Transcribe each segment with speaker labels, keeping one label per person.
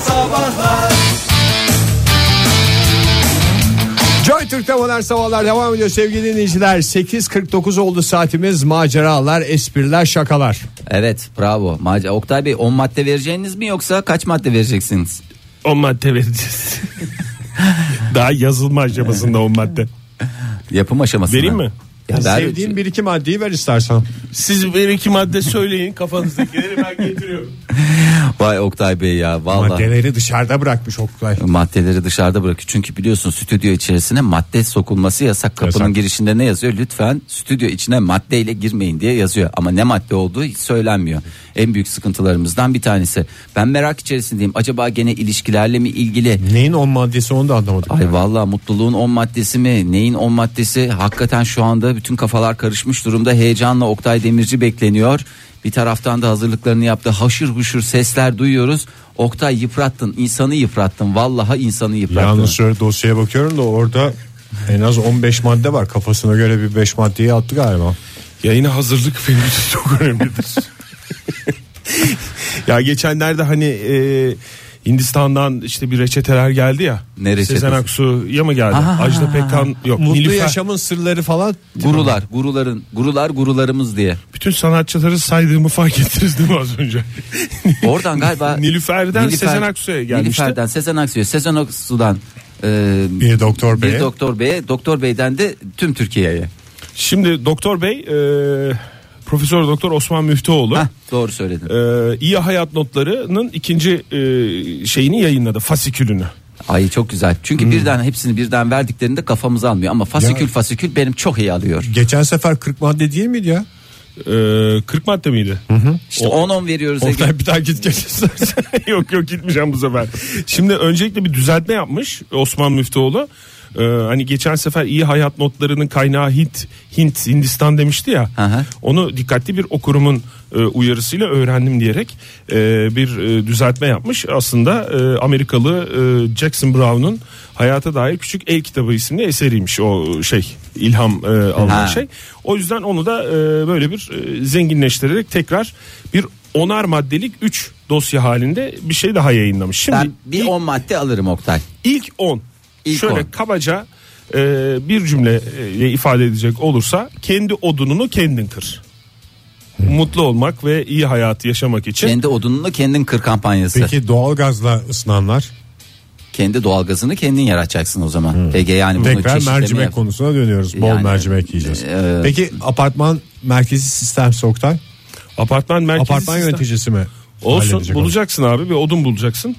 Speaker 1: Sabahlar
Speaker 2: Joy Türk'te modern sabahlar devam ediyor sevgili dinleyiciler. 8.49 oldu saatimiz maceralar, espriler, şakalar.
Speaker 3: Evet bravo. Mac- Oktay Bey 10 madde vereceğiniz mi yoksa kaç madde vereceksiniz?
Speaker 4: 10 madde vereceğiz. Daha yazılma aşamasında 10 madde.
Speaker 3: Yapım aşamasında.
Speaker 4: Vereyim mi?
Speaker 3: Ya ver-
Speaker 2: Sevdiğin bir iki maddeyi ver istersen.
Speaker 4: Siz bir iki madde söyleyin kafanızdakileri ben getiriyorum.
Speaker 3: Vay Oktay Bey ya valla.
Speaker 2: Maddeleri dışarıda bırakmış Oktay.
Speaker 3: Maddeleri dışarıda bırakıyor. Çünkü biliyorsun stüdyo içerisine madde sokulması yasak. Kapının
Speaker 4: Yasak.
Speaker 3: girişinde ne yazıyor? Lütfen stüdyo içine maddeyle girmeyin diye yazıyor. Ama ne madde olduğu hiç söylenmiyor. En büyük sıkıntılarımızdan bir tanesi. Ben merak içerisindeyim. Acaba gene ilişkilerle mi ilgili?
Speaker 2: Neyin on maddesi onu da anlamadık.
Speaker 3: Ay
Speaker 2: Yani.
Speaker 3: vallahi mutluluğun 10 maddesi mi? Neyin 10 maddesi? Hakikaten şu anda bütün kafalar karışmış durumda. Heyecanla Oktay Demirci bekleniyor. Bir taraftan da hazırlıklarını yaptı. Haşır huşur sesler duyuyoruz. Oktay yıprattın, insanı yıprattın. Vallahi insanı yıprattın.
Speaker 2: Yalnız şöyle dosyaya bakıyorum da orada en az 15 madde var. Kafasına göre bir 5 maddeyi attı galiba.
Speaker 4: Yayına hazırlık benim için çok önemlidir. ya geçenlerde hani e, Hindistan'dan işte bir reçeteler geldi ya.
Speaker 3: Ne reçetesi?
Speaker 4: Sezen Aksu'ya mı geldi?
Speaker 3: Aha.
Speaker 4: Ajda Pekkan yok.
Speaker 2: Mutlu
Speaker 4: Nilüfer.
Speaker 2: yaşamın sırları falan.
Speaker 3: Gurular, guruların, gurular gurularımız diye.
Speaker 4: Bütün sanatçıları saydığımı fark ettiniz değil mi az önce?
Speaker 3: Oradan galiba
Speaker 4: Nilüfer'den Sezen Aksu'ya gelmişti.
Speaker 3: Nilüfer'den Sezen Aksu'ya, Sezen Aksu'dan e,
Speaker 2: Bir doktor bey.
Speaker 3: bir doktor beye, doktor beyden de tüm Türkiye'ye.
Speaker 4: Şimdi Doktor Bey, e, Profesör Doktor Osman Müftüoğlu
Speaker 3: Hah, doğru söyledin.
Speaker 4: e, iyi hayat notlarının ikinci e, şeyini yayınladı, fasikülünü.
Speaker 3: Ay çok güzel. Çünkü
Speaker 2: Hmm.
Speaker 3: birden hepsini birden verdiklerinde kafamız almıyor ama fasikül fasikül benim çok iyi alıyor.
Speaker 2: Geçen sefer 40 madde değil miydi ya?
Speaker 4: E, 40 madde miydi?
Speaker 3: İşte 10 10 veriyoruz Ege.
Speaker 4: Oktay bir daha git gel istersen. yok yok gitmeyeceğim bu sefer. Şimdi öncelikle bir düzeltme yapmış Osman Müftüoğlu. Ee, hani geçen sefer iyi hayat notlarının kaynağı Hint, Hint Hindistan demişti ya.
Speaker 3: Hı hı.
Speaker 4: Onu dikkatli bir okurumun e, uyarısıyla öğrendim diyerek e, bir e, düzeltme yapmış. Aslında e, Amerikalı e, Jackson Brown'un Hayata Dair Küçük El Kitabı isimli eseriymiş o şey ilham e, alınan
Speaker 3: Ha.
Speaker 4: şey. O yüzden onu da e, böyle bir e, zenginleştirerek tekrar bir onar maddelik 3 dosya halinde bir şey daha yayınlamış. Şimdi
Speaker 3: Ben bir
Speaker 4: ilk-
Speaker 3: 10 madde alırım Oktay.
Speaker 4: ilk 10
Speaker 3: İlk
Speaker 4: şöyle
Speaker 3: on.
Speaker 4: kabaca e, bir cümleyle ifade edecek olursa kendi odununu kendin kır. Mutlu olmak ve iyi hayatı yaşamak için
Speaker 3: Kendi odununu kendin kır kampanyası.
Speaker 2: Peki doğalgazla ısınanlar?
Speaker 3: Kendi doğalgazını kendin yaratacaksın o zaman. Ege yani bunu
Speaker 2: Tekrar
Speaker 3: çeşitleme
Speaker 2: Hmm. mercimek
Speaker 3: yap-
Speaker 2: konusuna dönüyoruz. Bol
Speaker 3: Yani,
Speaker 2: mercimek yiyeceğiz.
Speaker 3: e,
Speaker 2: Peki apartman merkezi sistem Oktay?
Speaker 4: apartman merkezi
Speaker 2: Apartman
Speaker 4: sistem-
Speaker 2: yöneticisi mi?
Speaker 4: olsun
Speaker 2: halledecek onu?
Speaker 4: bulacaksın abi bir odun bulacaksın.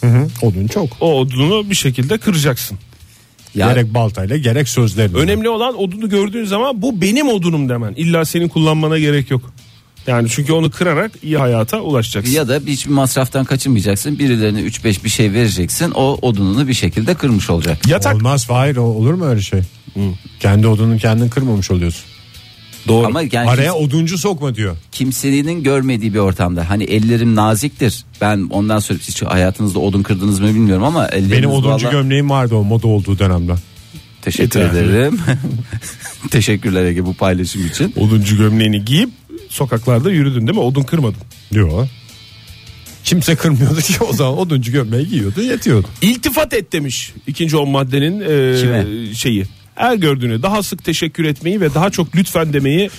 Speaker 2: Hı hı, Odun çok.
Speaker 4: O odunu bir şekilde kıracaksın.
Speaker 3: Ya,
Speaker 2: Gerek baltayla gerek sözlerle.
Speaker 4: Önemli olan odunu gördüğün zaman bu benim odunum demen. İlla senin kullanmana gerek yok. Yani çünkü onu kırarak iyi hayata ulaşacaksın.
Speaker 3: ya da hiçbir masraftan kaçınmayacaksın. Birilerine 3-5 bir şey vereceksin. O odununu bir şekilde kırmış olacak.
Speaker 4: Yatak
Speaker 2: Olmaz hayır o- olur mu öyle şey? Kendi odunun kendin kırmamış oluyorsun.
Speaker 4: doğru.
Speaker 3: Ama yani
Speaker 2: Araya oduncu sokma diyor.
Speaker 3: kimsenin görmediği bir ortamda. Hani ellerim naziktir. Ben ondan sonra hiç hayatınızda odun kırdınız mı bilmiyorum ama elleriniz
Speaker 2: Benim oduncu
Speaker 3: vallahi-
Speaker 2: gömleğim vardı o moda olduğu dönemde.
Speaker 3: Teşekkür
Speaker 4: Yeter.
Speaker 3: ederim. Teşekkürler Ege bu paylaşım için.
Speaker 4: Oduncu gömleğini giyip sokaklarda yürüdün değil mi? Odun kırmadın.
Speaker 2: Diyor. Kimse kırmıyordu ki o zaman oduncu gömleği giyiyordu yetiyordu.
Speaker 4: İltifat et demiş ikinci on maddenin e,
Speaker 3: Kime?
Speaker 4: şeyi. Her gördüğüne daha sık teşekkür etmeyi ve daha çok lütfen demeyi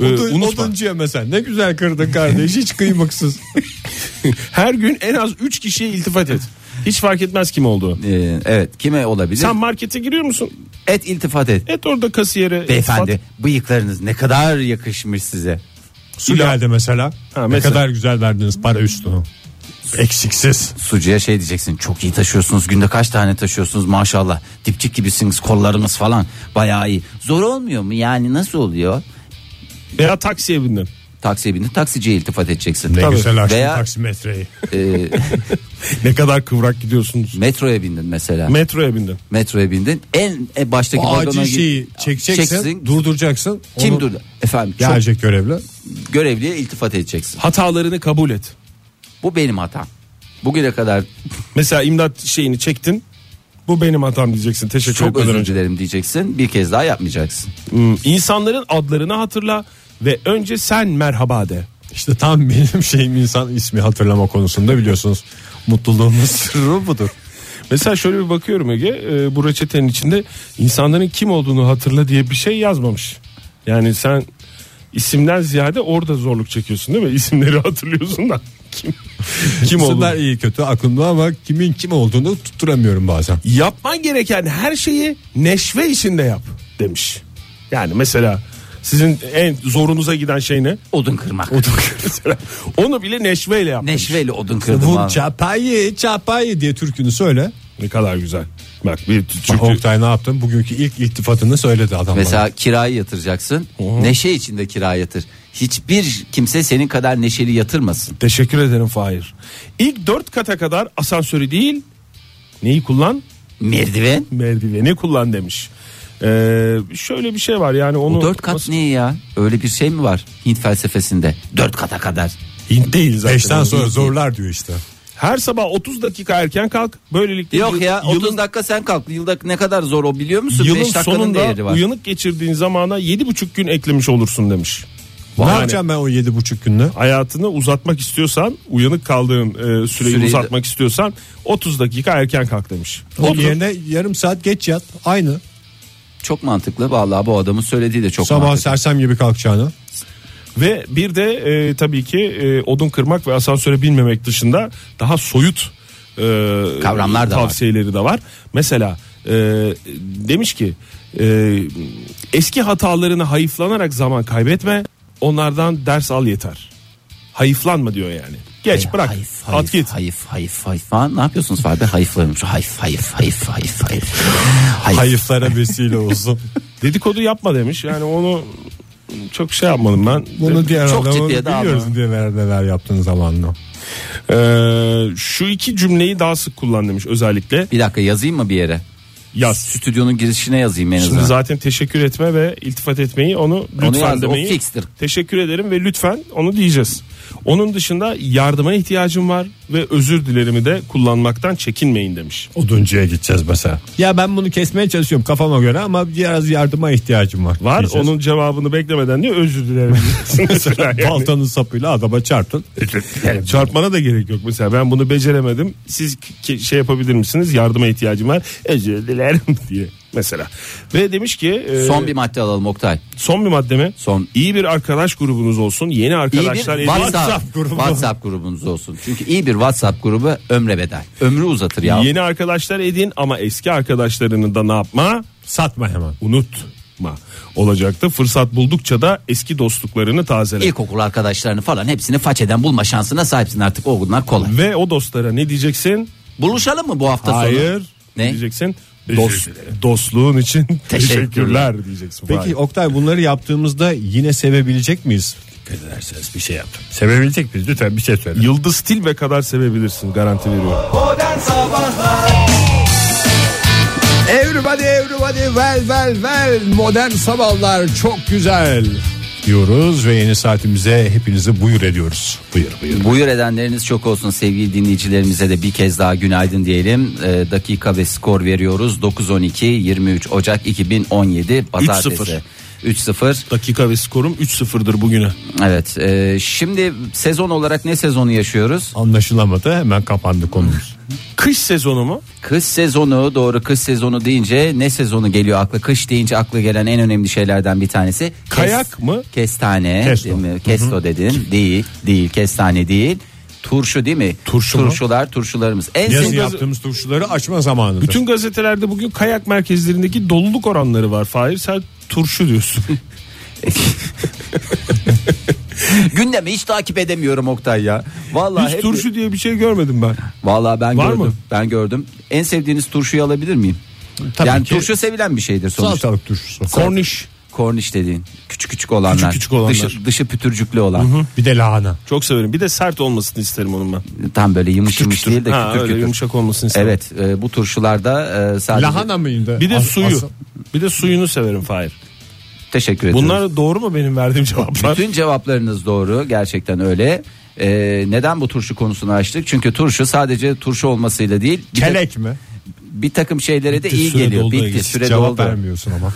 Speaker 4: e,
Speaker 2: Odun-
Speaker 4: unutma.
Speaker 2: oduncuya mesela ne güzel kırdın kardeş hiç kıymıksız.
Speaker 4: Her gün en az 3 kişiye iltifat et. Hiç fark etmez kim olduğu.
Speaker 3: Ee, evet kime olabilir?
Speaker 4: Sen markete giriyor musun?
Speaker 3: Et iltifat et.
Speaker 4: Et orada kasiyere.
Speaker 3: Beyefendi
Speaker 4: iltifat.
Speaker 3: bıyıklarınız ne kadar yakışmış size.
Speaker 2: Su geldi mesela.
Speaker 4: Ha,
Speaker 2: Ne
Speaker 4: mesela.
Speaker 2: kadar güzel verdiniz para üstünü. Eksiksiz.
Speaker 3: Sucuya şey diyeceksin çok iyi taşıyorsunuz günde kaç tane taşıyorsunuz maşallah. Dipçik gibisiniz kollarınız falan bayağı iyi. Zor olmuyor mu yani nasıl oluyor?
Speaker 4: Veya taksiye bindin.
Speaker 3: Taksiye bindin taksiciye iltifat edeceksin.
Speaker 2: Ne
Speaker 3: Tabii.
Speaker 2: güzel açtın
Speaker 3: Veya
Speaker 2: taksimetreyi.
Speaker 3: e,
Speaker 4: Ne kadar kıvrak gidiyorsunuz.
Speaker 3: metroya bindin mesela.
Speaker 4: Metroya bindin.
Speaker 3: metroya bindin en e, baştaki
Speaker 2: Acil
Speaker 3: vagona gir-
Speaker 2: şeyi çekeceksin, durduracaksın.
Speaker 3: Kim
Speaker 2: onu
Speaker 3: durdu? Efendim çok
Speaker 2: Gelecek görevli.
Speaker 3: görevliye iltifat edeceksin.
Speaker 4: Hatalarını kabul et.
Speaker 3: Bu benim hatam. Bugüne kadar
Speaker 4: Mesela imdat şeyini çektin. Bu benim hatam diyeceksin. Teşekkür
Speaker 3: çok
Speaker 4: etmeden
Speaker 3: özür
Speaker 4: şey önce.
Speaker 3: dilerim diyeceksin. Bir kez daha yapmayacaksın.
Speaker 4: Hmm, İnsanların adlarını hatırla ve önce sen merhaba de.
Speaker 2: İşte tam benim şeyim insan ismi hatırlama konusunda biliyorsunuz. Mutluluğumun sırrı budur.
Speaker 4: Mesela şöyle bir bakıyorum Ege e, bu reçetenin içinde insanların kim olduğunu hatırla diye bir şey yazmamış. Yani sen isimden ziyade orada zorluk çekiyorsun değil mi? İsimleri hatırlıyorsun da kim kim olduğunu.
Speaker 2: Bunlar iyi kötü aklımda ama kimin kim olduğunu tutturamıyorum bazen.
Speaker 4: Yapman gereken her şeyi neşve içinde yap demiş. Yani mesela sizin en zorunuza giden şey ne?
Speaker 3: Odun kırmak.
Speaker 4: Mesela Onu bile neşveyle yap.
Speaker 3: Neşveyle odun kırdım
Speaker 2: Bu
Speaker 3: abi.
Speaker 2: çapayı çapayı diye türkünü söyle.
Speaker 4: Ne kadar güzel. Bak bir
Speaker 2: Bak,
Speaker 4: çünkü
Speaker 2: Oktay ne yaptın? Bugünkü ilk iltifatını söyledi adam bana.
Speaker 3: Mesela kirayı yatıracaksın. Neşe içinde kira yatır. Hiçbir kimse senin kadar neşeli yatırmasın.
Speaker 4: Teşekkür ederim Fahir. İlk dört kata kadar asansörü değil neyi kullan?
Speaker 3: Merdiven.
Speaker 4: Merdiveni kullan demiş. Ee, şöyle bir şey var yani onu...
Speaker 3: Bu dört kat
Speaker 4: nasıl-
Speaker 3: ne ya? Öyle bir şey mi var Hint felsefesinde? Dört kata kadar.
Speaker 4: Hint değil zaten.
Speaker 2: Beşten sonra zorlar diyor işte.
Speaker 4: Her sabah 30 dakika erken kalk. Böylelikle
Speaker 3: Yok
Speaker 4: yıl-
Speaker 3: ya 30
Speaker 4: yılın,
Speaker 3: dakika sen kalk. Yılda ne kadar zor o biliyor musun?
Speaker 4: yılın
Speaker 3: Beş dakikanın değeri
Speaker 4: sonunda
Speaker 3: var.
Speaker 4: uyanık geçirdiğin zamana 7,5 gün eklemiş olursun demiş.
Speaker 2: Ne
Speaker 4: Yani-
Speaker 2: yapacağım ben o yedi buçuk günde?
Speaker 4: hayatını uzatmak istiyorsan uyanık kaldığın e, süreyi
Speaker 3: Süreyi de-
Speaker 4: uzatmak istiyorsan 30 dakika erken kalk demiş.
Speaker 2: Onun
Speaker 4: Otur.
Speaker 2: yerine yarım saat geç yat. Aynı.
Speaker 3: Çok mantıklı. Vallahi bu adamın söylediği de çok
Speaker 2: Sabah
Speaker 3: mantıklı.
Speaker 2: sersem gibi kalkacağını.
Speaker 4: Ve bir de e, tabii ki e, odun kırmak ve asansöre binmemek dışında daha soyut e,
Speaker 3: Kavramlar da var.
Speaker 4: tavsiyeleri de var. Mesela e, demiş ki e, eski hatalarına hayıflanarak zaman kaybetme onlardan ders al yeter. Hayıflanma diyor yani. Geç bırak
Speaker 3: Ee, Hayf, hayf,
Speaker 4: at git.
Speaker 3: Hayf hayf hayf. Ha, ne yapıyorsunuz Fahri Bey? Hayıflarım şu hayf hayf hayf hayf hayf. Hayf.
Speaker 2: Hayıflara vesile olsun.
Speaker 4: Dedikodu yapma demiş yani onu çok şey yapmadım ben.
Speaker 2: Bunu diğer
Speaker 3: Çok
Speaker 2: Çok adamı
Speaker 3: ciddiye de
Speaker 2: biliyoruz diye neler yaptığın zamanla.
Speaker 4: Ee, şu iki cümleyi daha sık kullan demiş özellikle.
Speaker 3: Bir dakika yazayım mı bir yere?
Speaker 4: Yaz.
Speaker 3: Stüdyonun girişine yazayım en
Speaker 4: Şimdi
Speaker 3: azından.
Speaker 4: zaten teşekkür etme ve iltifat etmeyi onu lütfen
Speaker 3: yaz, o
Speaker 4: demeyi.
Speaker 3: fikstir.
Speaker 4: Teşekkür ederim ve lütfen onu diyeceğiz. Onun dışında yardıma ihtiyacım var ve özür dilerimi de kullanmaktan çekinmeyin demiş.
Speaker 2: Oduncuya gideceğiz mesela. Ya ben bunu kesmeye çalışıyorum kafama göre ama biraz yardıma ihtiyacım var.
Speaker 4: Var
Speaker 2: Diyeceğiz.
Speaker 4: onun cevabını beklemeden diyor özür dilerim. Mesela yani.
Speaker 2: baltanın sapıyla adama çarptın.
Speaker 4: Yani çarpmana da gerek yok mesela ben bunu beceremedim siz ki- şey yapabilir misiniz yardıma ihtiyacım var özür dilerim diye mesela ve demiş ki e,
Speaker 3: Son bir madde alalım Oktay.
Speaker 4: son bir madde mi
Speaker 3: Son.
Speaker 4: iyi bir arkadaş grubunuz olsun yeni
Speaker 3: İyi bir
Speaker 4: arkadaşlar edin.
Speaker 3: WhatsApp, WhatsApp, grubu. WhatsApp grubunuz olsun. Çünkü iyi bir WhatsApp grubu ömre bedel. Ömrü uzatır ya.
Speaker 4: yeni arkadaşlar edin ama eski arkadaşlarını da ne yapma
Speaker 2: Satma hemen.
Speaker 4: unutma olacaktı fırsat buldukça da eski dostluklarını tazele
Speaker 3: İlkokul arkadaşlarını falan hepsini façeden bulma şansına sahipsin artık. O günler kolay.
Speaker 4: ve o dostlara ne diyeceksin
Speaker 3: Buluşalım mı bu hafta sonu?
Speaker 4: hayır
Speaker 3: Ne?
Speaker 4: diyeceksin
Speaker 2: Dost-
Speaker 4: Dost, dostluğun için
Speaker 3: Teşekkürler.
Speaker 4: teşekkürler diyeceksin.
Speaker 2: Peki Oktay bunları yaptığımızda yine sevebilecek miyiz? Dikkat ederseniz bir şey yaptım. Sevebilecek miyiz? Lütfen bir şey söyle.
Speaker 4: Yıldız Tilbe kadar sevebilirsin garanti veriyorum.
Speaker 2: Everybody everybody well well well modern sabahlar çok güzel diyoruz ve yeni saatimize hepinizi buyur ediyoruz. Buyur buyur.
Speaker 3: Buyur edenleriniz çok olsun sevgili dinleyicilerimize de bir kez daha günaydın diyelim. Ee, dakika ve skor veriyoruz. 9-12 23 Ocak 2017 Pazartesi.
Speaker 4: 3-0.
Speaker 3: 3-0.
Speaker 4: Dakika ve skorum 3-0'dır bugüne.
Speaker 3: Evet. e, şimdi sezon olarak ne sezonu yaşıyoruz?
Speaker 2: Anlaşılamadı hemen kapandı konumuz.
Speaker 4: Kış sezonu mu?
Speaker 3: Kış sezonu doğru kış sezonu deyince ne sezonu geliyor akla? Kış deyince akla gelen en önemli şeylerden bir tanesi. Kes-
Speaker 4: Kayak mı?
Speaker 3: Kestane.
Speaker 2: Kesto.
Speaker 3: Değil mi? Kesto dedin. Değil. Değil. Kestane değil. Turşu değil mi?
Speaker 4: Turşu mu?
Speaker 3: Turşular turşularımız. En
Speaker 2: Yazın
Speaker 3: sevdiğim-
Speaker 2: yaptığımız turşuları açma zamanı.
Speaker 4: Bütün gazetelerde bugün kayak merkezlerindeki doluluk oranları var. Fahir sen turşu diyorsun.
Speaker 3: Gündemi hiç takip edemiyorum Oktay ya. Vallahi
Speaker 4: Hiç
Speaker 3: hep-
Speaker 4: turşu diye bir şey görmedim ben.
Speaker 3: Vallahi ben
Speaker 4: Var
Speaker 3: gördüm.
Speaker 4: mı?
Speaker 3: Ben gördüm. En sevdiğiniz turşuyu alabilir miyim?
Speaker 2: Tabii
Speaker 3: yani
Speaker 2: ki.
Speaker 3: turşu sevilen bir şeydir sonuçta.
Speaker 2: salatalık turşusu.
Speaker 4: Korniş.
Speaker 3: Korniş dediğin küçük küçük olanlar.
Speaker 4: Küçük küçük olanlar.
Speaker 3: Dışı, dışı pütürcüklü olan.
Speaker 2: Bir de lahana.
Speaker 4: Çok severim. Bir de sert olmasını isterim onun ben.
Speaker 3: Tam böyle yumuş yumuş değil de
Speaker 4: ha,
Speaker 3: kütür
Speaker 4: öyle
Speaker 3: kütür.
Speaker 4: yumuşak olmasını isterim.
Speaker 3: Evet e, bu turşularda e, sadece
Speaker 2: Lahana mıydı?
Speaker 4: Bir de
Speaker 2: As-
Speaker 4: suyu.
Speaker 2: asıl-
Speaker 4: Bir de suyunu severim Fahir.
Speaker 3: teşekkür ederim.
Speaker 4: Bunlar doğru mu benim verdiğim cevaplar?
Speaker 3: Bütün cevaplarınız doğru gerçekten öyle. E, neden bu turşu konusunu açtık? Çünkü turşu sadece turşu olmasıyla değil bir, de-
Speaker 2: Kelek mi?
Speaker 3: bir takım şeylere de iyi
Speaker 2: Süre
Speaker 3: geliyor.
Speaker 2: doldu.
Speaker 3: Bitti
Speaker 2: Hiç
Speaker 3: süre
Speaker 2: Cevap
Speaker 3: doldu.
Speaker 2: vermiyorsun ama.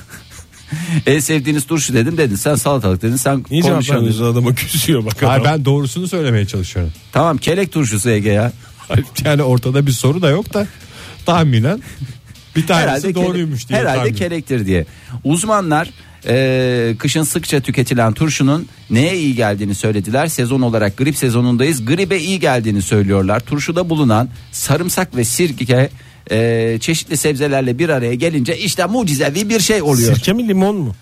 Speaker 3: en sevdiğiniz turşu dedim dedin. Sen salatalık dedin. Sen
Speaker 4: Niye cevap
Speaker 3: konuşan dedin.
Speaker 4: vermiyorsun adama küsüyor bak.
Speaker 2: Hayır
Speaker 4: adam.
Speaker 2: ben doğrusunu söylemeye çalışıyorum.
Speaker 3: Tamam kelek turşusu Ege ya.
Speaker 2: Yani ortada bir soru da yok da tahminen bir tanesi
Speaker 3: herhalde
Speaker 2: doğruymuş
Speaker 3: kele-
Speaker 2: diye.
Speaker 3: herhalde
Speaker 2: tahmin.
Speaker 3: kelektir diye. Uzmanlar e, kışın sıkça tüketilen turşunun neye iyi geldiğini söylediler. Sezon olarak grip sezonundayız. Gribe iyi geldiğini söylüyorlar. Turşuda bulunan sarımsak ve sirke e, çeşitli sebzelerle bir araya gelince işte mucizevi bir şey oluyor.
Speaker 4: Sirke mi limon mu?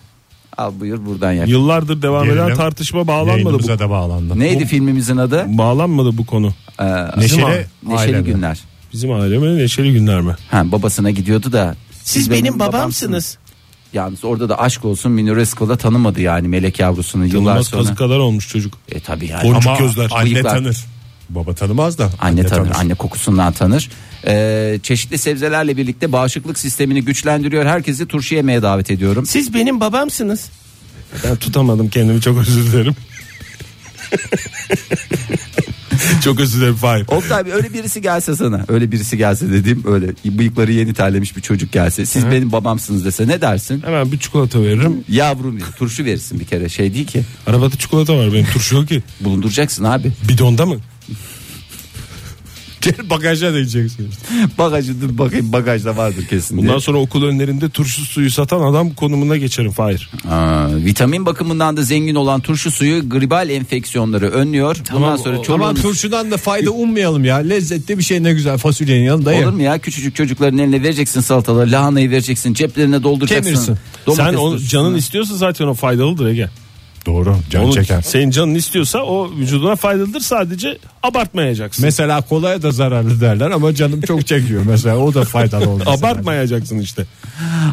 Speaker 3: Al buyur buradan yak.
Speaker 4: Yıllardır devam eden
Speaker 2: Gerilim.
Speaker 4: tartışma bağlanmadı bu.
Speaker 2: Yayınımıza da bağlandı.
Speaker 3: Neydi filmimizin adı?
Speaker 4: Bağlanmadı bu konu.
Speaker 3: Ee,
Speaker 2: Neşeli
Speaker 3: Neşeli
Speaker 2: Ailemle.
Speaker 3: Günler.
Speaker 4: Bizim aileme neşeli günler mi?
Speaker 3: Ha, babasına gidiyordu da. Siz, Yalnız orada da aşk olsun Münir Özkul'a tanımadı yani melek yavrusunu yıllar
Speaker 4: Yılmaz
Speaker 3: sonra.
Speaker 4: kazık kadar olmuş çocuk.
Speaker 3: E tabii yani.
Speaker 4: Boncuk
Speaker 2: Ama
Speaker 4: gözler.
Speaker 2: anne
Speaker 3: Bıyıklar.
Speaker 2: tanır. Baba tanımaz da.
Speaker 3: Anne tanır, anne kokusundan tanır. Ee, çeşitli sebzelerle birlikte bağışıklık sistemini güçlendiriyor. Herkesi turşu yemeye davet ediyorum.
Speaker 4: Siz benim babamsınız. Ben tutamadım kendimi çok özür dilerim. çok özür dilerim Fahir.
Speaker 3: Oktay abi öyle birisi gelse sana. Öyle birisi gelse dediğim öyle bıyıkları yeni terlemiş bir çocuk gelse. Siz benim babamsınız dese ne dersin?
Speaker 4: Hemen bir çikolata veririm.
Speaker 3: Yavrum diyor, turşu verirsin bir kere şey değil ki.
Speaker 4: Arabada çikolata var benim turşu yok ki.
Speaker 3: Bulunduracaksın abi.
Speaker 4: Bidonda mı?
Speaker 2: Gel bagajda diyeceksin.
Speaker 3: Bagajı dur bakayım bagajda vardır kesin diye.
Speaker 4: Bundan sonra okul önlerinde turşu suyu satan adam konumuna geçerim Fahir.
Speaker 3: Aa, vitamin bakımından da zengin olan turşu suyu gribal enfeksiyonları önlüyor. Bundan sonra
Speaker 2: Ama
Speaker 3: çoluğunuz...
Speaker 2: turşudan da fayda ummayalım ya. Lezzetli bir şey ne güzel fasulyenin yanında ye.
Speaker 3: Olur mu ya küçücük çocukların eline vereceksin salataları lahanayı vereceksin ceplerine dolduracaksın.
Speaker 2: Kemirsin.
Speaker 3: Domates
Speaker 4: Sen o
Speaker 3: turşusunu.
Speaker 4: canın istiyorsa zaten o faydalıdır Ege.
Speaker 2: Doğru can
Speaker 4: Onun,
Speaker 2: çeker.
Speaker 4: senin canın istiyorsa o vücuduna faydalıdır sadece abartmayacaksın.
Speaker 2: Mesela kolaya da zararlı derler ama canım çok çekiyor mesela o da faydalı olmaz.
Speaker 4: Abartmayacaksın işte.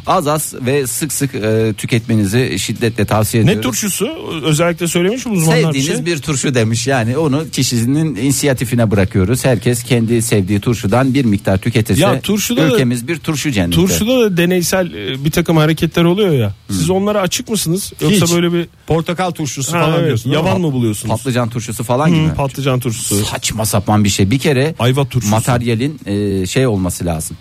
Speaker 3: az az ve sık sık e, tüketmenizi şiddetle tavsiye
Speaker 4: Ne
Speaker 3: ediyorum.
Speaker 4: turşusu özellikle söylemiş mi uzmanlar bir
Speaker 3: Sevdiğiniz
Speaker 4: şey?
Speaker 3: bir turşu demiş yani onu kişinin inisiyatifine bırakıyoruz. Herkes kendi sevdiği turşudan bir miktar tüketirse
Speaker 4: Ya turşuda da-
Speaker 3: ülkemiz bir turşu cenneti.
Speaker 4: Turşuda da deneysel e, bir takım hareketler oluyor ya.
Speaker 3: Hmm.
Speaker 4: Siz onlara açık mısınız? Yoksa
Speaker 2: Hiç.
Speaker 4: böyle bir
Speaker 2: Portakal turşusu
Speaker 4: Ha,
Speaker 2: falan
Speaker 4: evet,
Speaker 2: diyorsun. değil mi?
Speaker 4: yavan mı buluyorsunuz?
Speaker 3: Patlıcan turşusu falan gibi.
Speaker 4: Hı, patlıcan turşusu.
Speaker 3: Saçma sapan bir şey bir kere.
Speaker 4: Ayva turşusu.
Speaker 3: materyalin e, şey olması lazım.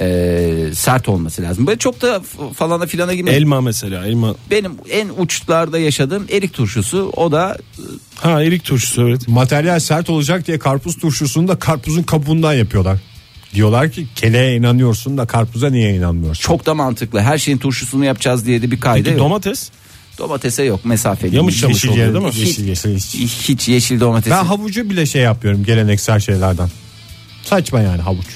Speaker 3: E, sert olması lazım. Böyle çok da f- falana filana gibi.
Speaker 4: Elma mesela elma.
Speaker 3: Benim en uçlarda yaşadığım erik turşusu o da
Speaker 4: Ha erik turşusu evet.
Speaker 2: Materyal sert olacak diye karpuz turşusunu da karpuzun kabuğundan yapıyorlar. Diyorlar ki keleğe inanıyorsun da karpuza niye inanmıyorsun?
Speaker 3: çok da mantıklı. Her şeyin turşusunu yapacağız diye de bir
Speaker 4: Peki
Speaker 3: kaydı yok.
Speaker 4: domates
Speaker 3: Domatese yok mesafeli.
Speaker 4: Yamış yamış
Speaker 2: Yeşil
Speaker 4: oluyor
Speaker 2: yerim,
Speaker 4: değil mi?
Speaker 3: Hiç,
Speaker 2: Yeşil yeşil. yeşil.
Speaker 3: hiç yeşil domates.
Speaker 2: Ben havucu bile şey yapıyorum geleneksel şeylerden. Saçma yani havuç.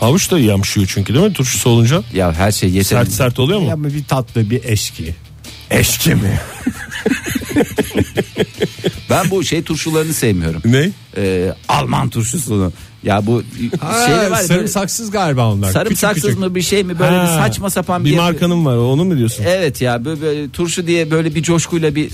Speaker 4: Havuç da yamşıyor çünkü değil mi turşusu olunca?
Speaker 3: Ya her şey yeter.
Speaker 4: Sert sert oluyor mu?
Speaker 2: Ama bir tatlı bir eşki. Eşki mi?
Speaker 3: Ben bu şey turşularını sevmiyorum.
Speaker 4: Ne?
Speaker 3: E, Alman turşusunu. Ya bu
Speaker 2: Ha,
Speaker 3: şey var. ya, böyle
Speaker 2: sarımsaksız galiba onlar.
Speaker 3: Sarımsaksız
Speaker 2: Küçük küçük.
Speaker 3: mı bir şey mi böyle bir
Speaker 4: Ha,
Speaker 3: saçma sapan bir,
Speaker 4: bir markanın var onu mu diyorsun?
Speaker 3: Evet ya böyle, böyle turşu diye böyle bir coşkuyla bir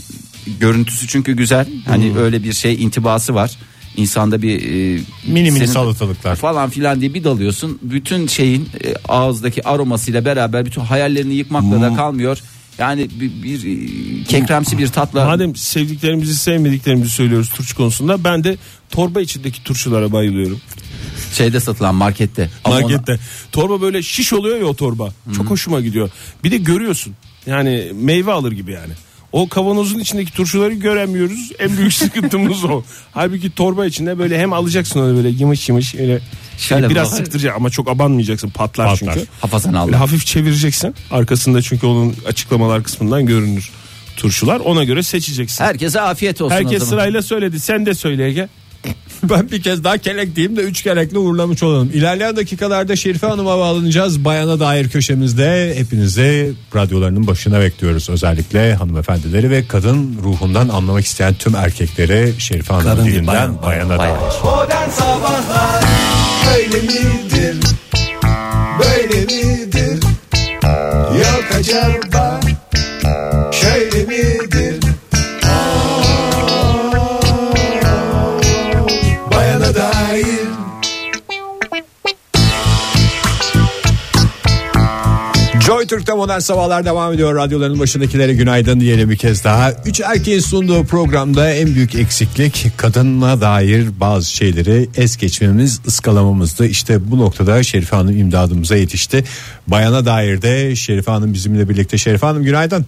Speaker 3: görüntüsü çünkü güzel.
Speaker 4: Hmm.
Speaker 3: Hani öyle bir şey intibası var. İnsanda bir e,
Speaker 2: Mini mini
Speaker 3: senin-
Speaker 2: salatalıklar.
Speaker 3: falan filan diye bir dalıyorsun. Bütün şeyin e, ağızdaki aromasıyla beraber bütün hayallerini yıkmakla
Speaker 4: Hmm.
Speaker 3: da kalmıyor. Yani bir, bir e, kekremsi bir tatla
Speaker 4: Madem sevdiklerimizi sevmediklerimizi söylüyoruz turşu konusunda ben de torba içindeki turşulara bayılıyorum.
Speaker 3: şeyde satılan markette. Ama ona-
Speaker 4: Markette. Torba böyle şiş oluyor ya o torba. Çok hoşuma gidiyor. Bir de görüyorsun. Yani meyve alır gibi yani. O kavanozun içindeki turşuları göremiyoruz. En büyük sıkıntımız o. Halbuki torba içinde böyle hem alacaksın onu böyle yımış yımış öyle şey
Speaker 3: Şöyle
Speaker 4: biraz
Speaker 3: bak.
Speaker 4: sıktıracaksın ama çok abanmayacaksın patlar,
Speaker 2: Patlar.
Speaker 4: çünkü.
Speaker 3: Hafazan
Speaker 4: Böyle
Speaker 3: Allah.
Speaker 4: hafif çevireceksin. Arkasında çünkü onun açıklamalar kısmından görünür turşular. Ona göre seçeceksin.
Speaker 3: Herkese afiyet olsun o
Speaker 4: Herkes
Speaker 3: zaman.
Speaker 4: sırayla söyledi. Sen de söyle Ege.
Speaker 2: Ben bir kez daha kelek diyeyim de üç kelekle uğurlamış olalım. İlerleyen dakikalarda Şerife Hanım'a bağlanacağız. Bayana dair köşemizde hepinizi radyolarının başına bekliyoruz. Özellikle hanımefendileri ve kadın ruhundan anlamak isteyen tüm erkekleri Şerife Hanım
Speaker 3: Kadın değil,
Speaker 2: dilinden
Speaker 3: bayan,
Speaker 2: bayana
Speaker 3: bayan.
Speaker 2: dair.
Speaker 1: Modern Sabahlar Böyle midir? Böyle midir? Yok acaba Şöyle midir? Aa, Bayana dair
Speaker 2: Joy Türk'te modern sabahlar devam ediyor. Radyoların başındakilere günaydın diyelim bir kez daha. Üç erkeğin sunduğu programda en büyük eksiklik kadınla dair bazı şeyleri es geçmemiz, ıskalamamızdı. İşte bu noktada Şerife Hanım imdadımıza yetişti. Bayana dair de Şerife Hanım bizimle birlikte. Şerife Hanım günaydın.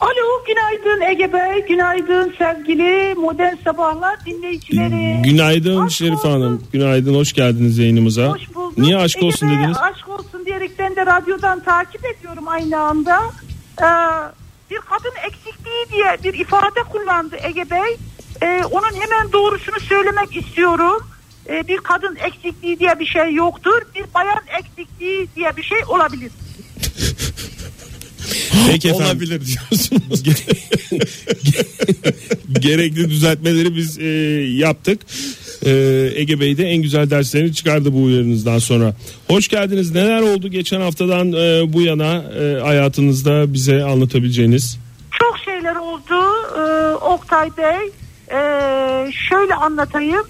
Speaker 5: Alo günaydın Ege Bey günaydın sevgili modern sabahlar dinleyicileri.
Speaker 4: Günaydın
Speaker 5: Aşk
Speaker 4: Şerif
Speaker 5: olsun.
Speaker 4: Hanım. Günaydın hoş geldiniz yayınımıza.
Speaker 5: Hoş bulduk.
Speaker 4: Niye aşk
Speaker 5: Ege
Speaker 4: olsun
Speaker 5: Bey,
Speaker 4: dediniz?
Speaker 5: Aşk olsun diyerekten de radyodan takip ediyorum aynı anda. Ee, bir kadın eksikliği diye bir ifade kullandı Ege Bey. Ee, onun hemen doğrusunu söylemek istiyorum. Ee, bir kadın eksikliği diye bir şey yoktur. Bir bayan eksikliği diye bir şey olabilir.
Speaker 4: Peki efendim.
Speaker 2: Olabilir diyorsunuz.
Speaker 4: Gerekli düzeltmeleri biz e, yaptık. E, Ege Bey de en güzel derslerini çıkardı bu uyarınızdan sonra. Hoş geldiniz. Neler oldu geçen haftadan e, bu yana e, hayatınızda bize anlatabileceğiniz?
Speaker 5: Çok şeyler oldu ee, Oktay Bey. Ee, şöyle anlatayım.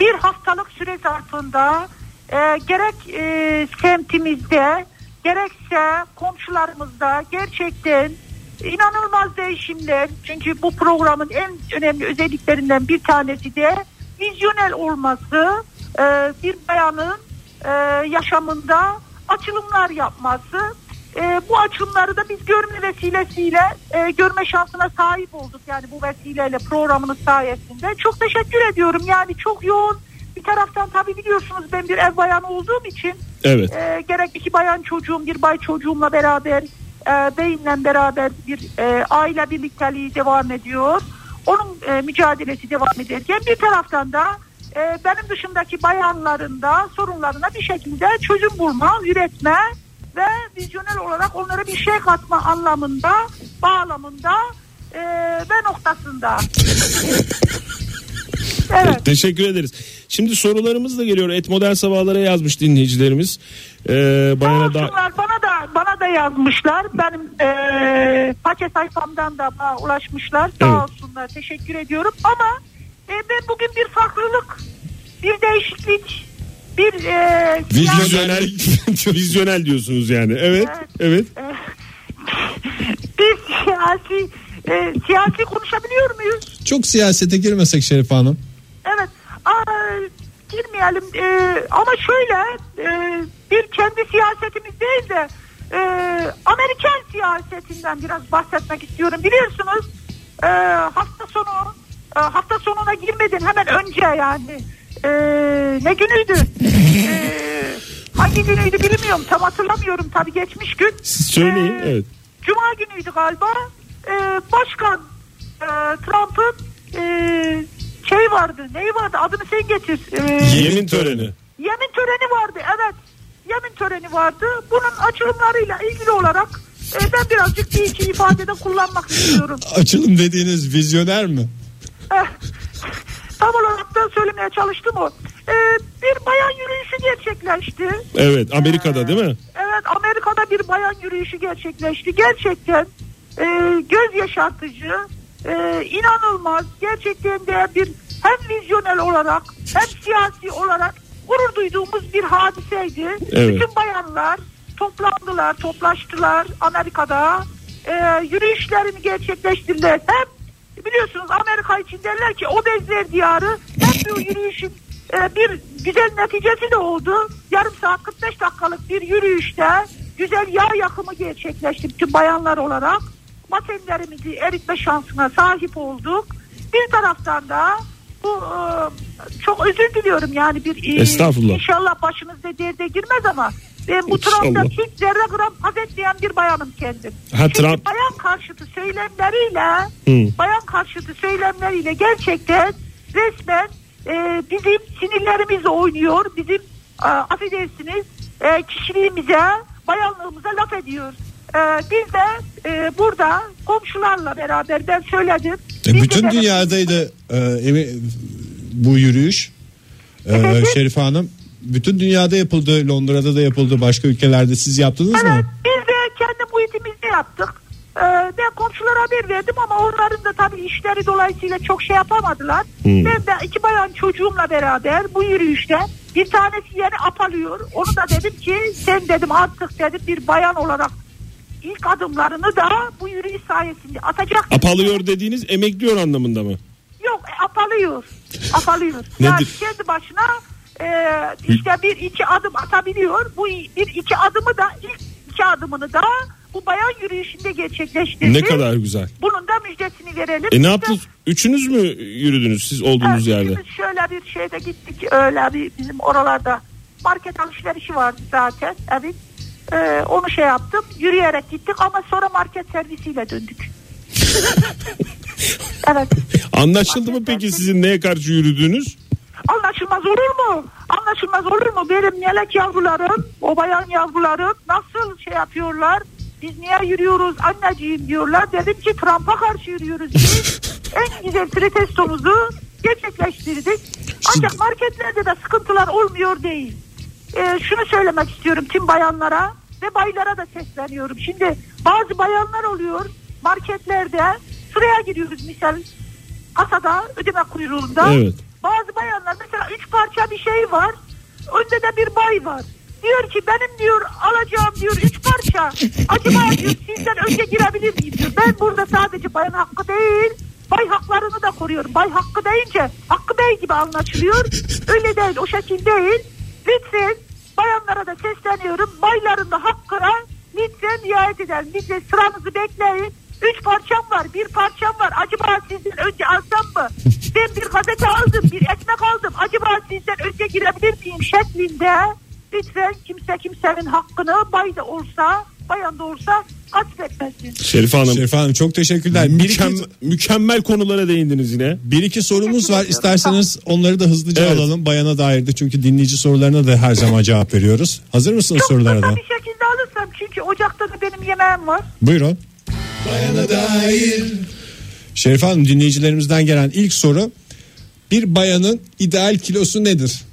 Speaker 5: Bir haftalık süre zarfında e, gerek e, semtimizde gerekse komşularımızda gerçekten inanılmaz değişimler. Çünkü bu programın en önemli özelliklerinden bir tanesi de vizyonel olması. Ee, bir bayanın e, yaşamında açılımlar yapması. Ee, bu açımları da biz görme vesilesiyle e, görme şansına sahip olduk. Yani bu vesileyle programınız sayesinde. Çok teşekkür ediyorum. Yani çok yoğun bir taraftan tabii biliyorsunuz ben bir ev bayanı olduğum için
Speaker 4: Evet.
Speaker 5: e, gerek iki bayan çocuğum bir bay çocuğumla beraber e, beyimle beraber bir e, aile birlikteliği devam ediyor. Onun e, mücadelesi devam ederken bir taraftan da e, benim dışındaki bayanların da sorunlarına bir şekilde çözüm bulma, üretme ve vizyonel olarak onlara bir şey katma anlamında, bağlamında e, ve noktasında. evet.
Speaker 4: Teşekkür ederiz. Şimdi sorularımız da geliyor. Et modern sabahlara yazmış dinleyicilerimiz. E, bayana da
Speaker 5: Olsunlar, bana da bana da yazmışlar. Benim eee paçe sayfamdan da bana ulaşmışlar. Sağ
Speaker 4: Evet.
Speaker 5: olsunlar. Teşekkür ediyorum. Ama e, ben bugün bir farklılık, bir değişiklik, bir e, eee,
Speaker 4: vizyonel vizyonel diyorsunuz yani. Evet. Evet.
Speaker 5: bir siyasi eee, siyasi konuşabiliyor muyuz?
Speaker 2: Çok siyasete girmesek Şerife Hanım.
Speaker 5: Evet. Aa, girmeyelim. Eee, ama şöyle eee, bir kendi siyasetimiz değil de eee, Amerikan siyasetinden biraz bahsetmek istiyorum. Biliyorsunuz eee, hafta sonu eee, hafta sonuna girmeden hemen önce yani eee, ne günüydü? Eee, hangi günüydü bilmiyorum. Tam hatırlamıyorum tabii geçmiş gün.
Speaker 4: Siz söyleyin,
Speaker 5: Eee,
Speaker 4: evet.
Speaker 5: Ee, Cuma günüydü galiba. Eee, başkan eee, Trump'ın eee, şey vardı. Neyi vardı? Adını sen getir. Eee,
Speaker 4: Yemin töreni.
Speaker 5: Yemin töreni vardı evet. Yemin töreni vardı. Bunun açılımlarıyla ilgili olarak e, ben birazcık bir iki ifadede kullanmak istiyorum.
Speaker 2: Açılım dediğiniz vizyoner mi?
Speaker 5: Eh, Tam olarak da söylemeye çalıştım o. E, bir bayan yürüyüşü gerçekleşti.
Speaker 4: Evet, Amerika'da değil mi?
Speaker 5: Evet Amerika'da bir bayan yürüyüşü gerçekleşti. Gerçekten e, göz yaşartıcı, e, inanılmaz. Gerçekten de bir hem vizyonel olarak hem siyasi olarak gurur duyduğumuz bir hadiseydi.
Speaker 4: Evet.
Speaker 5: Bütün bayanlar toplandılar, toplaştılar Amerika'da. E, yürüyüşlerini gerçekleştirdiler. Hem biliyorsunuz Amerika için derler ki obezler diyarı. Hem bu yürüyüşün e, bir güzel neticesi de oldu. Yarım saat 45 dakikalık bir yürüyüşte güzel yağ yakımı gerçekleşti bütün bayanlar olarak. Matenlerimizi eritme şansına sahip olduk. Bir taraftan da bu e, çok özür diliyorum yani bir e,
Speaker 4: Estağfurullah.
Speaker 5: inşallah başınızda derde girmez ama ben bu
Speaker 4: İnşallah.
Speaker 5: Trump'ta hiç zerre gram haz etmeyen bir bayanım kendim.
Speaker 4: Ha,
Speaker 5: Çünkü
Speaker 4: Trump-
Speaker 5: bayan karşıtı söylemleriyle
Speaker 4: Hı.
Speaker 5: bayan karşıtı söylemleriyle gerçekten resmen e, bizim sinirlerimizle oynuyor. Bizim e, affedersiniz e, kişiliğimize, bayanlığımıza laf ediyor. E, biz de e, burada komşularla beraber ben söyledim.
Speaker 2: E,
Speaker 5: Biz de
Speaker 2: bütün
Speaker 5: denedik.
Speaker 2: dünyadaydı e, emi- bu yürüyüş E,
Speaker 5: Efendim?
Speaker 2: Şerife Hanım. Bütün dünyada yapıldı, Londra'da da yapıldı, başka ülkelerde siz yaptınız
Speaker 5: Evet,
Speaker 2: mı?
Speaker 5: biz de kendi muhitimizde yaptık. Ee, ben komşulara haber verdim ama onların da tabii işleri dolayısıyla çok şey yapamadılar. Ben de iki bayan çocuğumla beraber bu yürüyüşte bir tanesi yeni apalıyor. Onu da dedim ki sen dedim artık dedim bir bayan olarak ilk adımlarını da bu yürüyüş sayesinde atacak.
Speaker 4: Apalıyor dediğiniz emekliyor anlamında mı?
Speaker 5: Yok e, apalıyor. Apalıyor. yani
Speaker 4: Nedir?
Speaker 5: kendi başına e, işte bir iki adım atabiliyor. Bu i- bir iki adımı da ilk iki adımını da bu bayan yürüyüşünde gerçekleştirdi.
Speaker 4: Ne kadar güzel.
Speaker 5: Bunun da müjdesini verelim.
Speaker 4: E ne
Speaker 5: İşte,
Speaker 4: yaptınız? Üçünüz mü yürüdünüz siz olduğunuz
Speaker 5: e,
Speaker 4: yerde?
Speaker 5: biz şöyle bir şeyde gittik öyle bir bizim oralarda market alışverişi vardı zaten. Evet. E, onu şey yaptım. Yürüyerek gittik ama sonra market servisiyle döndük. evet.
Speaker 4: Anlaşıldı mı peki sizin neye karşı yürüdüğünüz?
Speaker 5: Anlaşılmaz olur mu? Anlaşılmaz olur mu? Benim melek yavrularım, o bayan yavrularım nasıl şey yapıyorlar? Biz niye yürüyoruz anneciğim diyorlar. Dedim ki Trump'a karşı yürüyoruz. Biz en güzel protestomuzu gerçekleştirdik. Ancak marketlerde de sıkıntılar olmuyor değil. Ee, şunu söylemek istiyorum tüm bayanlara ve baylara da sesleniyorum. Şimdi bazı bayanlar oluyor marketlerde sıraya giriyoruz misal kasada ödeme kuyruğunda.
Speaker 4: Evet.
Speaker 5: Bazı bayanlar mesela üç parça bir şey var. Önde de bir bay var. Diyor ki benim diyor alacağım diyor üç parça. Acaba diyor sizden önce girebilir miyim diyor. Ben burada sadece bayan hakkı değil bay haklarını da koruyorum. Bay hakkı deyince hakkı bey gibi anlaşılıyor. Öyle değil o şekil değil. Lütfen bayanlara da sesleniyorum. Bayların da hakkına lütfen riayet edelim. Lütfen sıranızı bekleyin. Üç parçam var, bir parçam var. Acaba sizden önce alsam mı? Ben bir gazete aldım, bir ekmek aldım. Acaba sizden önce girebilir miyim şeklinde? Lütfen kimse kimsenin hakkını bay da olsa, bayan da olsa kasvetmesin.
Speaker 4: Şerife Hanım.
Speaker 2: Şerife Hanım çok teşekkürler. Bir iki,
Speaker 4: Mükemmel, mükemmel konulara değindiniz yine.
Speaker 2: bir iki sorumuz
Speaker 5: Teşekkür
Speaker 2: var.
Speaker 5: ediyorum.
Speaker 2: İsterseniz onları da hızlıca
Speaker 4: Evet.
Speaker 2: alalım. Bayana dair de çünkü dinleyici sorularına da her zaman cevap veriyoruz. Hazır mısınız
Speaker 5: Çok
Speaker 2: sorulara
Speaker 5: kısa
Speaker 2: da?
Speaker 5: bir şekilde alırsam çünkü ocakta da benim yemeğim var.
Speaker 2: Buyurun.
Speaker 1: Bayana dair
Speaker 2: Şerife Hanım dinleyicilerimizden gelen ilk soru bir bayanın ideal kilosu nedir?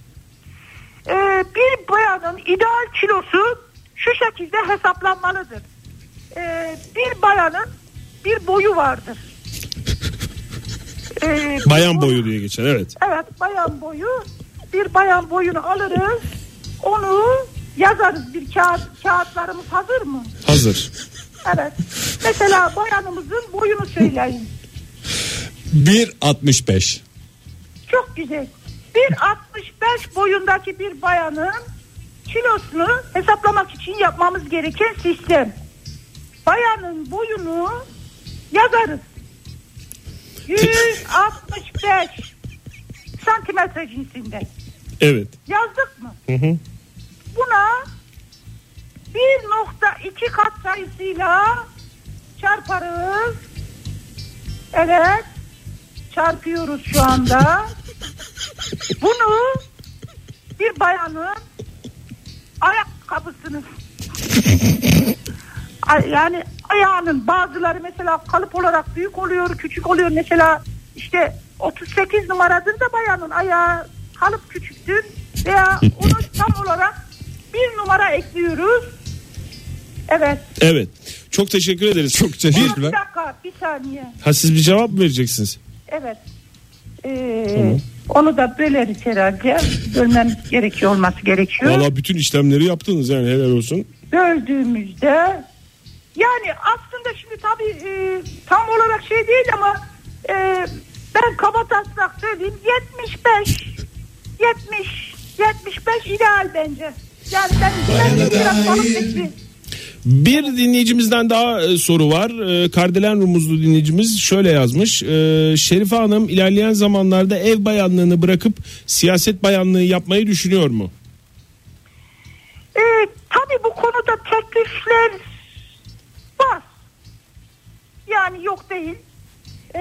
Speaker 5: Ee, bir bayanın ideal kilosu şu şekilde hesaplanmalıdır. Ee, bir bayanın bir boyu vardır. Ee,
Speaker 4: Bayan boyu diye geçer evet.
Speaker 5: Evet bayan boyu bir bayan boyunu alırız onu yazarız bir kağıt kağıtlarımız hazır mı?
Speaker 4: Hazır.
Speaker 5: Evet. Mesela bayanımızın boyunu söyleyin.
Speaker 2: 1.65.
Speaker 5: Çok güzel. 1.65 boyundaki bir bayanın kilosunu hesaplamak için yapmamız gereken sistem. Bayanın boyunu yazarız. 165 santimetre cinsinde.
Speaker 4: Evet.
Speaker 5: Yazdık mı? Buna 1.2 kat sayısıyla çarparız. Evet. Çarpıyoruz şu anda. Bunu bir bayanın ayakkabısını Ay- yani ayağının bazıları mesela kalıp olarak büyük oluyor, küçük oluyor. Mesela işte 38 numaradır da bayanın ayağı kalıp küçüktür veya onu tam olarak bir numara ekliyoruz. Evet.
Speaker 4: Evet. Çok teşekkür ederiz. Çok
Speaker 5: Bir dakika, bir saniye.
Speaker 4: Ha siz bir cevap mı vereceksiniz?
Speaker 5: Evet. Ee, Onu da böleriz herhalde. Bölmem gerekiyor olması gerekiyor.
Speaker 4: Valla bütün işlemleri yaptınız yani helal olsun.
Speaker 5: Böldüğümüzde yani aslında şimdi tabii e, tam olarak şey değil ama e, ben kaba taslak söyleyeyim 75 70 75 ideal bence. Yani ben ben biraz balık tekli.
Speaker 4: Bir dinleyicimizden daha e, soru var. E, Kardelen Rumuzlu dinleyicimiz şöyle yazmış. E, Şerife Hanım ilerleyen zamanlarda ev bayanlığını bırakıp siyaset bayanlığı yapmayı düşünüyor mu?
Speaker 5: E, tabii bu konuda teklifler var. Yani yok değil. E,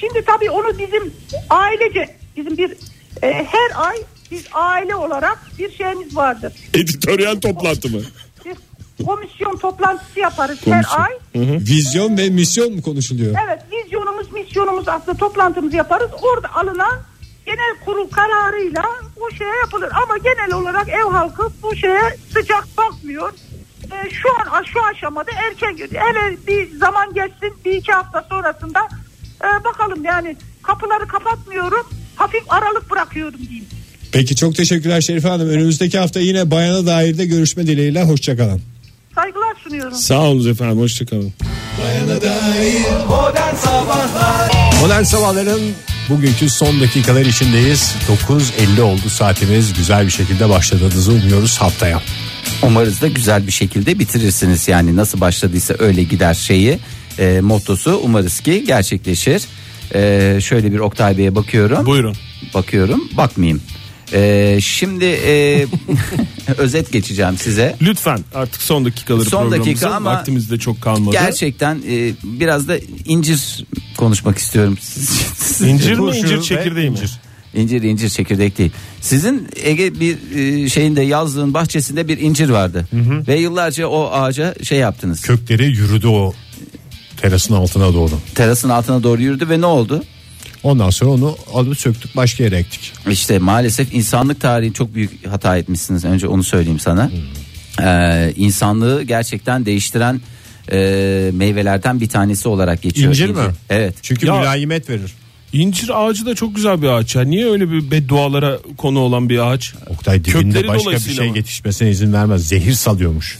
Speaker 5: şimdi tabii onu bizim ailece bizim bir e, her ay biz aile olarak bir şeyimiz vardır.
Speaker 4: Editoryal toplantı mı?
Speaker 5: Biz komisyon toplantısı yaparız
Speaker 4: Komisyon.
Speaker 5: her ay.
Speaker 2: Vizyon ve misyon mu konuşuluyor?
Speaker 5: Evet vizyonumuz misyonumuz aslında toplantımızı yaparız. Orada alınan genel kurul kararıyla bu şeye yapılır. Ama genel olarak ev halkı bu şeye sıcak bakmıyor. Ee, şu an şu aşamada erken hele bir zaman geçsin bir iki hafta sonrasında e, bakalım yani kapıları kapatmıyorum hafif aralık bırakıyorum diyeyim.
Speaker 2: Peki çok teşekkürler Şerife Hanım. Önümüzdeki hafta yine bayana dair de görüşme dileğiyle. Hoşçakalın.
Speaker 5: Saygılar sunuyorum. sunuyorum.
Speaker 4: Sağolunuz efendim hoşçakalın.
Speaker 1: Bayana dair,
Speaker 2: Modern Sabahların bugünkü son dakikalar içindeyiz. 9.50 oldu saatimiz. Güzel bir şekilde başladığınızı umuyoruz haftaya.
Speaker 3: Umarız da güzel bir şekilde bitirirsiniz. Yani nasıl başladıysa öyle gider şeyi e, mottosu umarız ki gerçekleşir. E, şöyle bir Oktay Bey'e bakıyorum.
Speaker 4: Buyurun.
Speaker 3: Bakıyorum bakmayayım. E, şimdi e, özet geçeceğim size.
Speaker 4: Lütfen artık son dakikaları
Speaker 3: Son dakika
Speaker 4: programımızın.
Speaker 3: ama-
Speaker 4: vaktimiz de çok kalmadı.
Speaker 3: Gerçekten e, biraz da incir konuşmak istiyorum. Siz-
Speaker 4: İncir mi
Speaker 2: Turşu
Speaker 4: incir
Speaker 2: ve
Speaker 4: çekirdeği mi?
Speaker 3: İncir incir çekirdek değil. Sizin Ege bir e, şeyinde yazlığın bahçesinde bir incir vardı. Ve yıllarca o ağaca şey yaptınız.
Speaker 2: Kökleri yürüdü o terasın altına doğru.
Speaker 3: terasın altına doğru yürüdü ve ne oldu?
Speaker 2: Ondan sonra onu alıp söktük başka yere ektik.
Speaker 3: İşte maalesef insanlık tarihi çok büyük hata etmişsiniz. Önce onu söyleyeyim sana.
Speaker 2: Hmm.
Speaker 3: Ee, insanlığı gerçekten değiştiren e, meyvelerden bir tanesi olarak geçiyor.
Speaker 2: İncir mi?
Speaker 3: Evet.
Speaker 2: Çünkü
Speaker 4: Ya-
Speaker 2: mülayimet verir.
Speaker 4: İncir ağacı da çok güzel bir ağaç. ya. Niye öyle bir beddualara konu olan bir ağaç?
Speaker 2: Oktay dibinde
Speaker 4: Kökleri
Speaker 2: başka bir
Speaker 4: dolayısıyla
Speaker 2: şey
Speaker 4: mı?
Speaker 2: yetişmesine izin vermez. Zehir salıyormuş.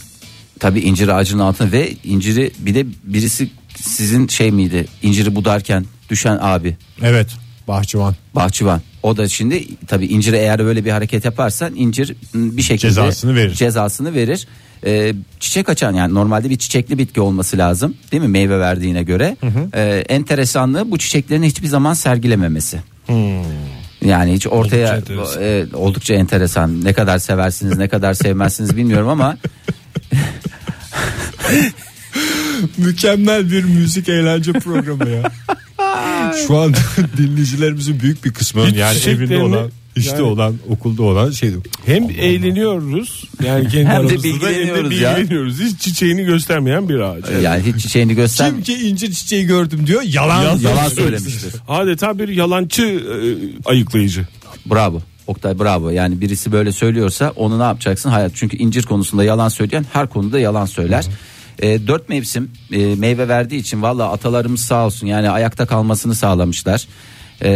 Speaker 3: Tabii incir ağacının altına ve inciri bir de birisi sizin şey miydi? İnciri budarken düşen abi
Speaker 2: Evet bahçıvan
Speaker 3: bahçıvan. O da şimdi tabii incire eğer böyle bir hareket yaparsan incir m, bir şekilde
Speaker 2: Cezasını verir.
Speaker 3: Cezasını verir. Ee, çiçek açan yani normalde bir çiçekli bitki olması lazım değil mi meyve verdiğine göre. Ee, enteresanlığı bu çiçeklerin hiçbir zaman sergilememesi. Yani hiç ortaya
Speaker 4: Hmm. Oldukça enteresan.
Speaker 3: e, oldukça enteresan. Ne kadar seversiniz, ne kadar sevmezsiniz bilmiyorum ama
Speaker 2: Mükemmel bir müzik eğlence programı ya. Şu an dinleyicilerimizin büyük bir kısmı
Speaker 4: Hiç
Speaker 2: yani
Speaker 4: çiçeklerini-
Speaker 2: evinde olan, işte
Speaker 4: yani-
Speaker 2: olan, okulda olan şey.
Speaker 4: Hem
Speaker 2: Allah Allah.
Speaker 4: eğleniyoruz yani kendi
Speaker 3: Hem de
Speaker 4: aramızda da hem de
Speaker 3: bilgileniyoruz ya.
Speaker 4: bilgileniyoruz. Hiç çiçeğini göstermeyen bir ağaç.
Speaker 3: yani hiç çiçeğini göster.
Speaker 2: Kim ki incir çiçeği gördüm diyor yalan.
Speaker 3: Yalan söylemiştir.
Speaker 4: Adeta bir yalancı e, ayıklayıcı.
Speaker 3: Bravo. Oktay bravo. Yani birisi böyle söylüyorsa onu ne yapacaksın hayat? Çünkü incir konusunda yalan söyleyen her konuda yalan söyler. E, dört mevsim e, meyve verdiği için valla atalarımız sağ olsun yani ayakta kalmasını sağlamışlar. E,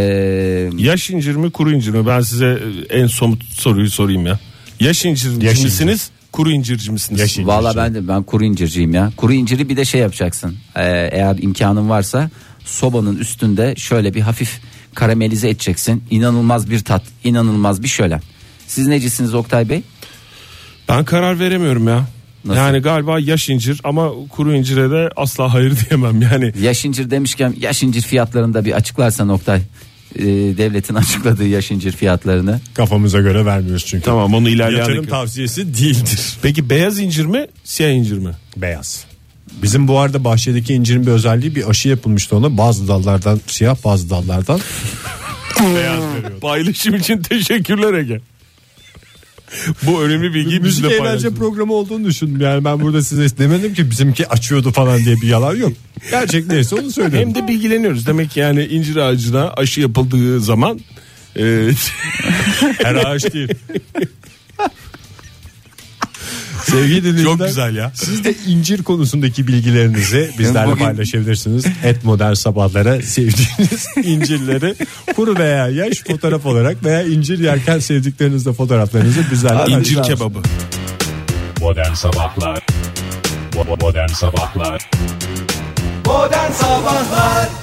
Speaker 4: Yaş incir mi kuru incir mi? Ben size e, en somut soruyu sorayım ya. Yaş incirci
Speaker 2: Yaş
Speaker 4: misiniz? Kuru incirci misiniz?
Speaker 2: Yaş incir.
Speaker 3: valla ben de ben kuru incirciyim ya. Kuru inciri bir de şey yapacaksın. E, eğer imkanın varsa sobanın üstünde şöyle bir hafif karamelize edeceksin. İnanılmaz bir tat, inanılmaz bir şölen. Siz necisiniz Oktay Bey?
Speaker 4: Ben karar veremiyorum ya.
Speaker 3: Nasıl?
Speaker 4: Yani galiba yaş incir ama kuru incire de asla hayır diyemem yani.
Speaker 3: Yaş incir demişken yaş incir fiyatlarında bir açıklarsan Oktay. Ee, devletin açıkladığı yaş incir fiyatlarını.
Speaker 2: Kafamıza göre vermiyoruz çünkü.
Speaker 4: Tamam onu ilerleyen
Speaker 2: Yatırım tavsiyesi değildir.
Speaker 4: Peki beyaz incir mi siyah incir mi?
Speaker 2: Beyaz. Bizim bu arada bahçedeki incirin bir özelliği bir aşı yapılmıştı ona. Bazı dallardan siyah bazı dallardan
Speaker 4: Paylaşım için teşekkürler Ege. Bu önemli bilgiyi
Speaker 2: müzik
Speaker 4: bizle
Speaker 2: eğlence
Speaker 4: paylaşın.
Speaker 2: programı olduğunu düşündüm. Yani ben burada size demedim ki bizimki açıyordu falan diye bir yalan yok. Gerçek neyse onu söylüyorum.
Speaker 4: Hem de bilgileniyoruz. Demek ki yani incir ağacına aşı yapıldığı zaman e,
Speaker 2: Her ağaç değil. Sevgili dinleyiciler.
Speaker 4: Çok güzel ya.
Speaker 2: Siz de incir konusundaki bilgilerinizi bizlerle
Speaker 3: Bugün-
Speaker 2: paylaşabilirsiniz. Et modern sabahlara sevdiğiniz incirleri kuru veya yaş fotoğraf olarak veya incir yerken sevdiklerinizle fotoğraflarınızı bizlerle
Speaker 4: incir
Speaker 2: paylaşabilirsiniz.
Speaker 4: kebabı.
Speaker 6: Modern Sabahlar Bo- Modern Sabahlar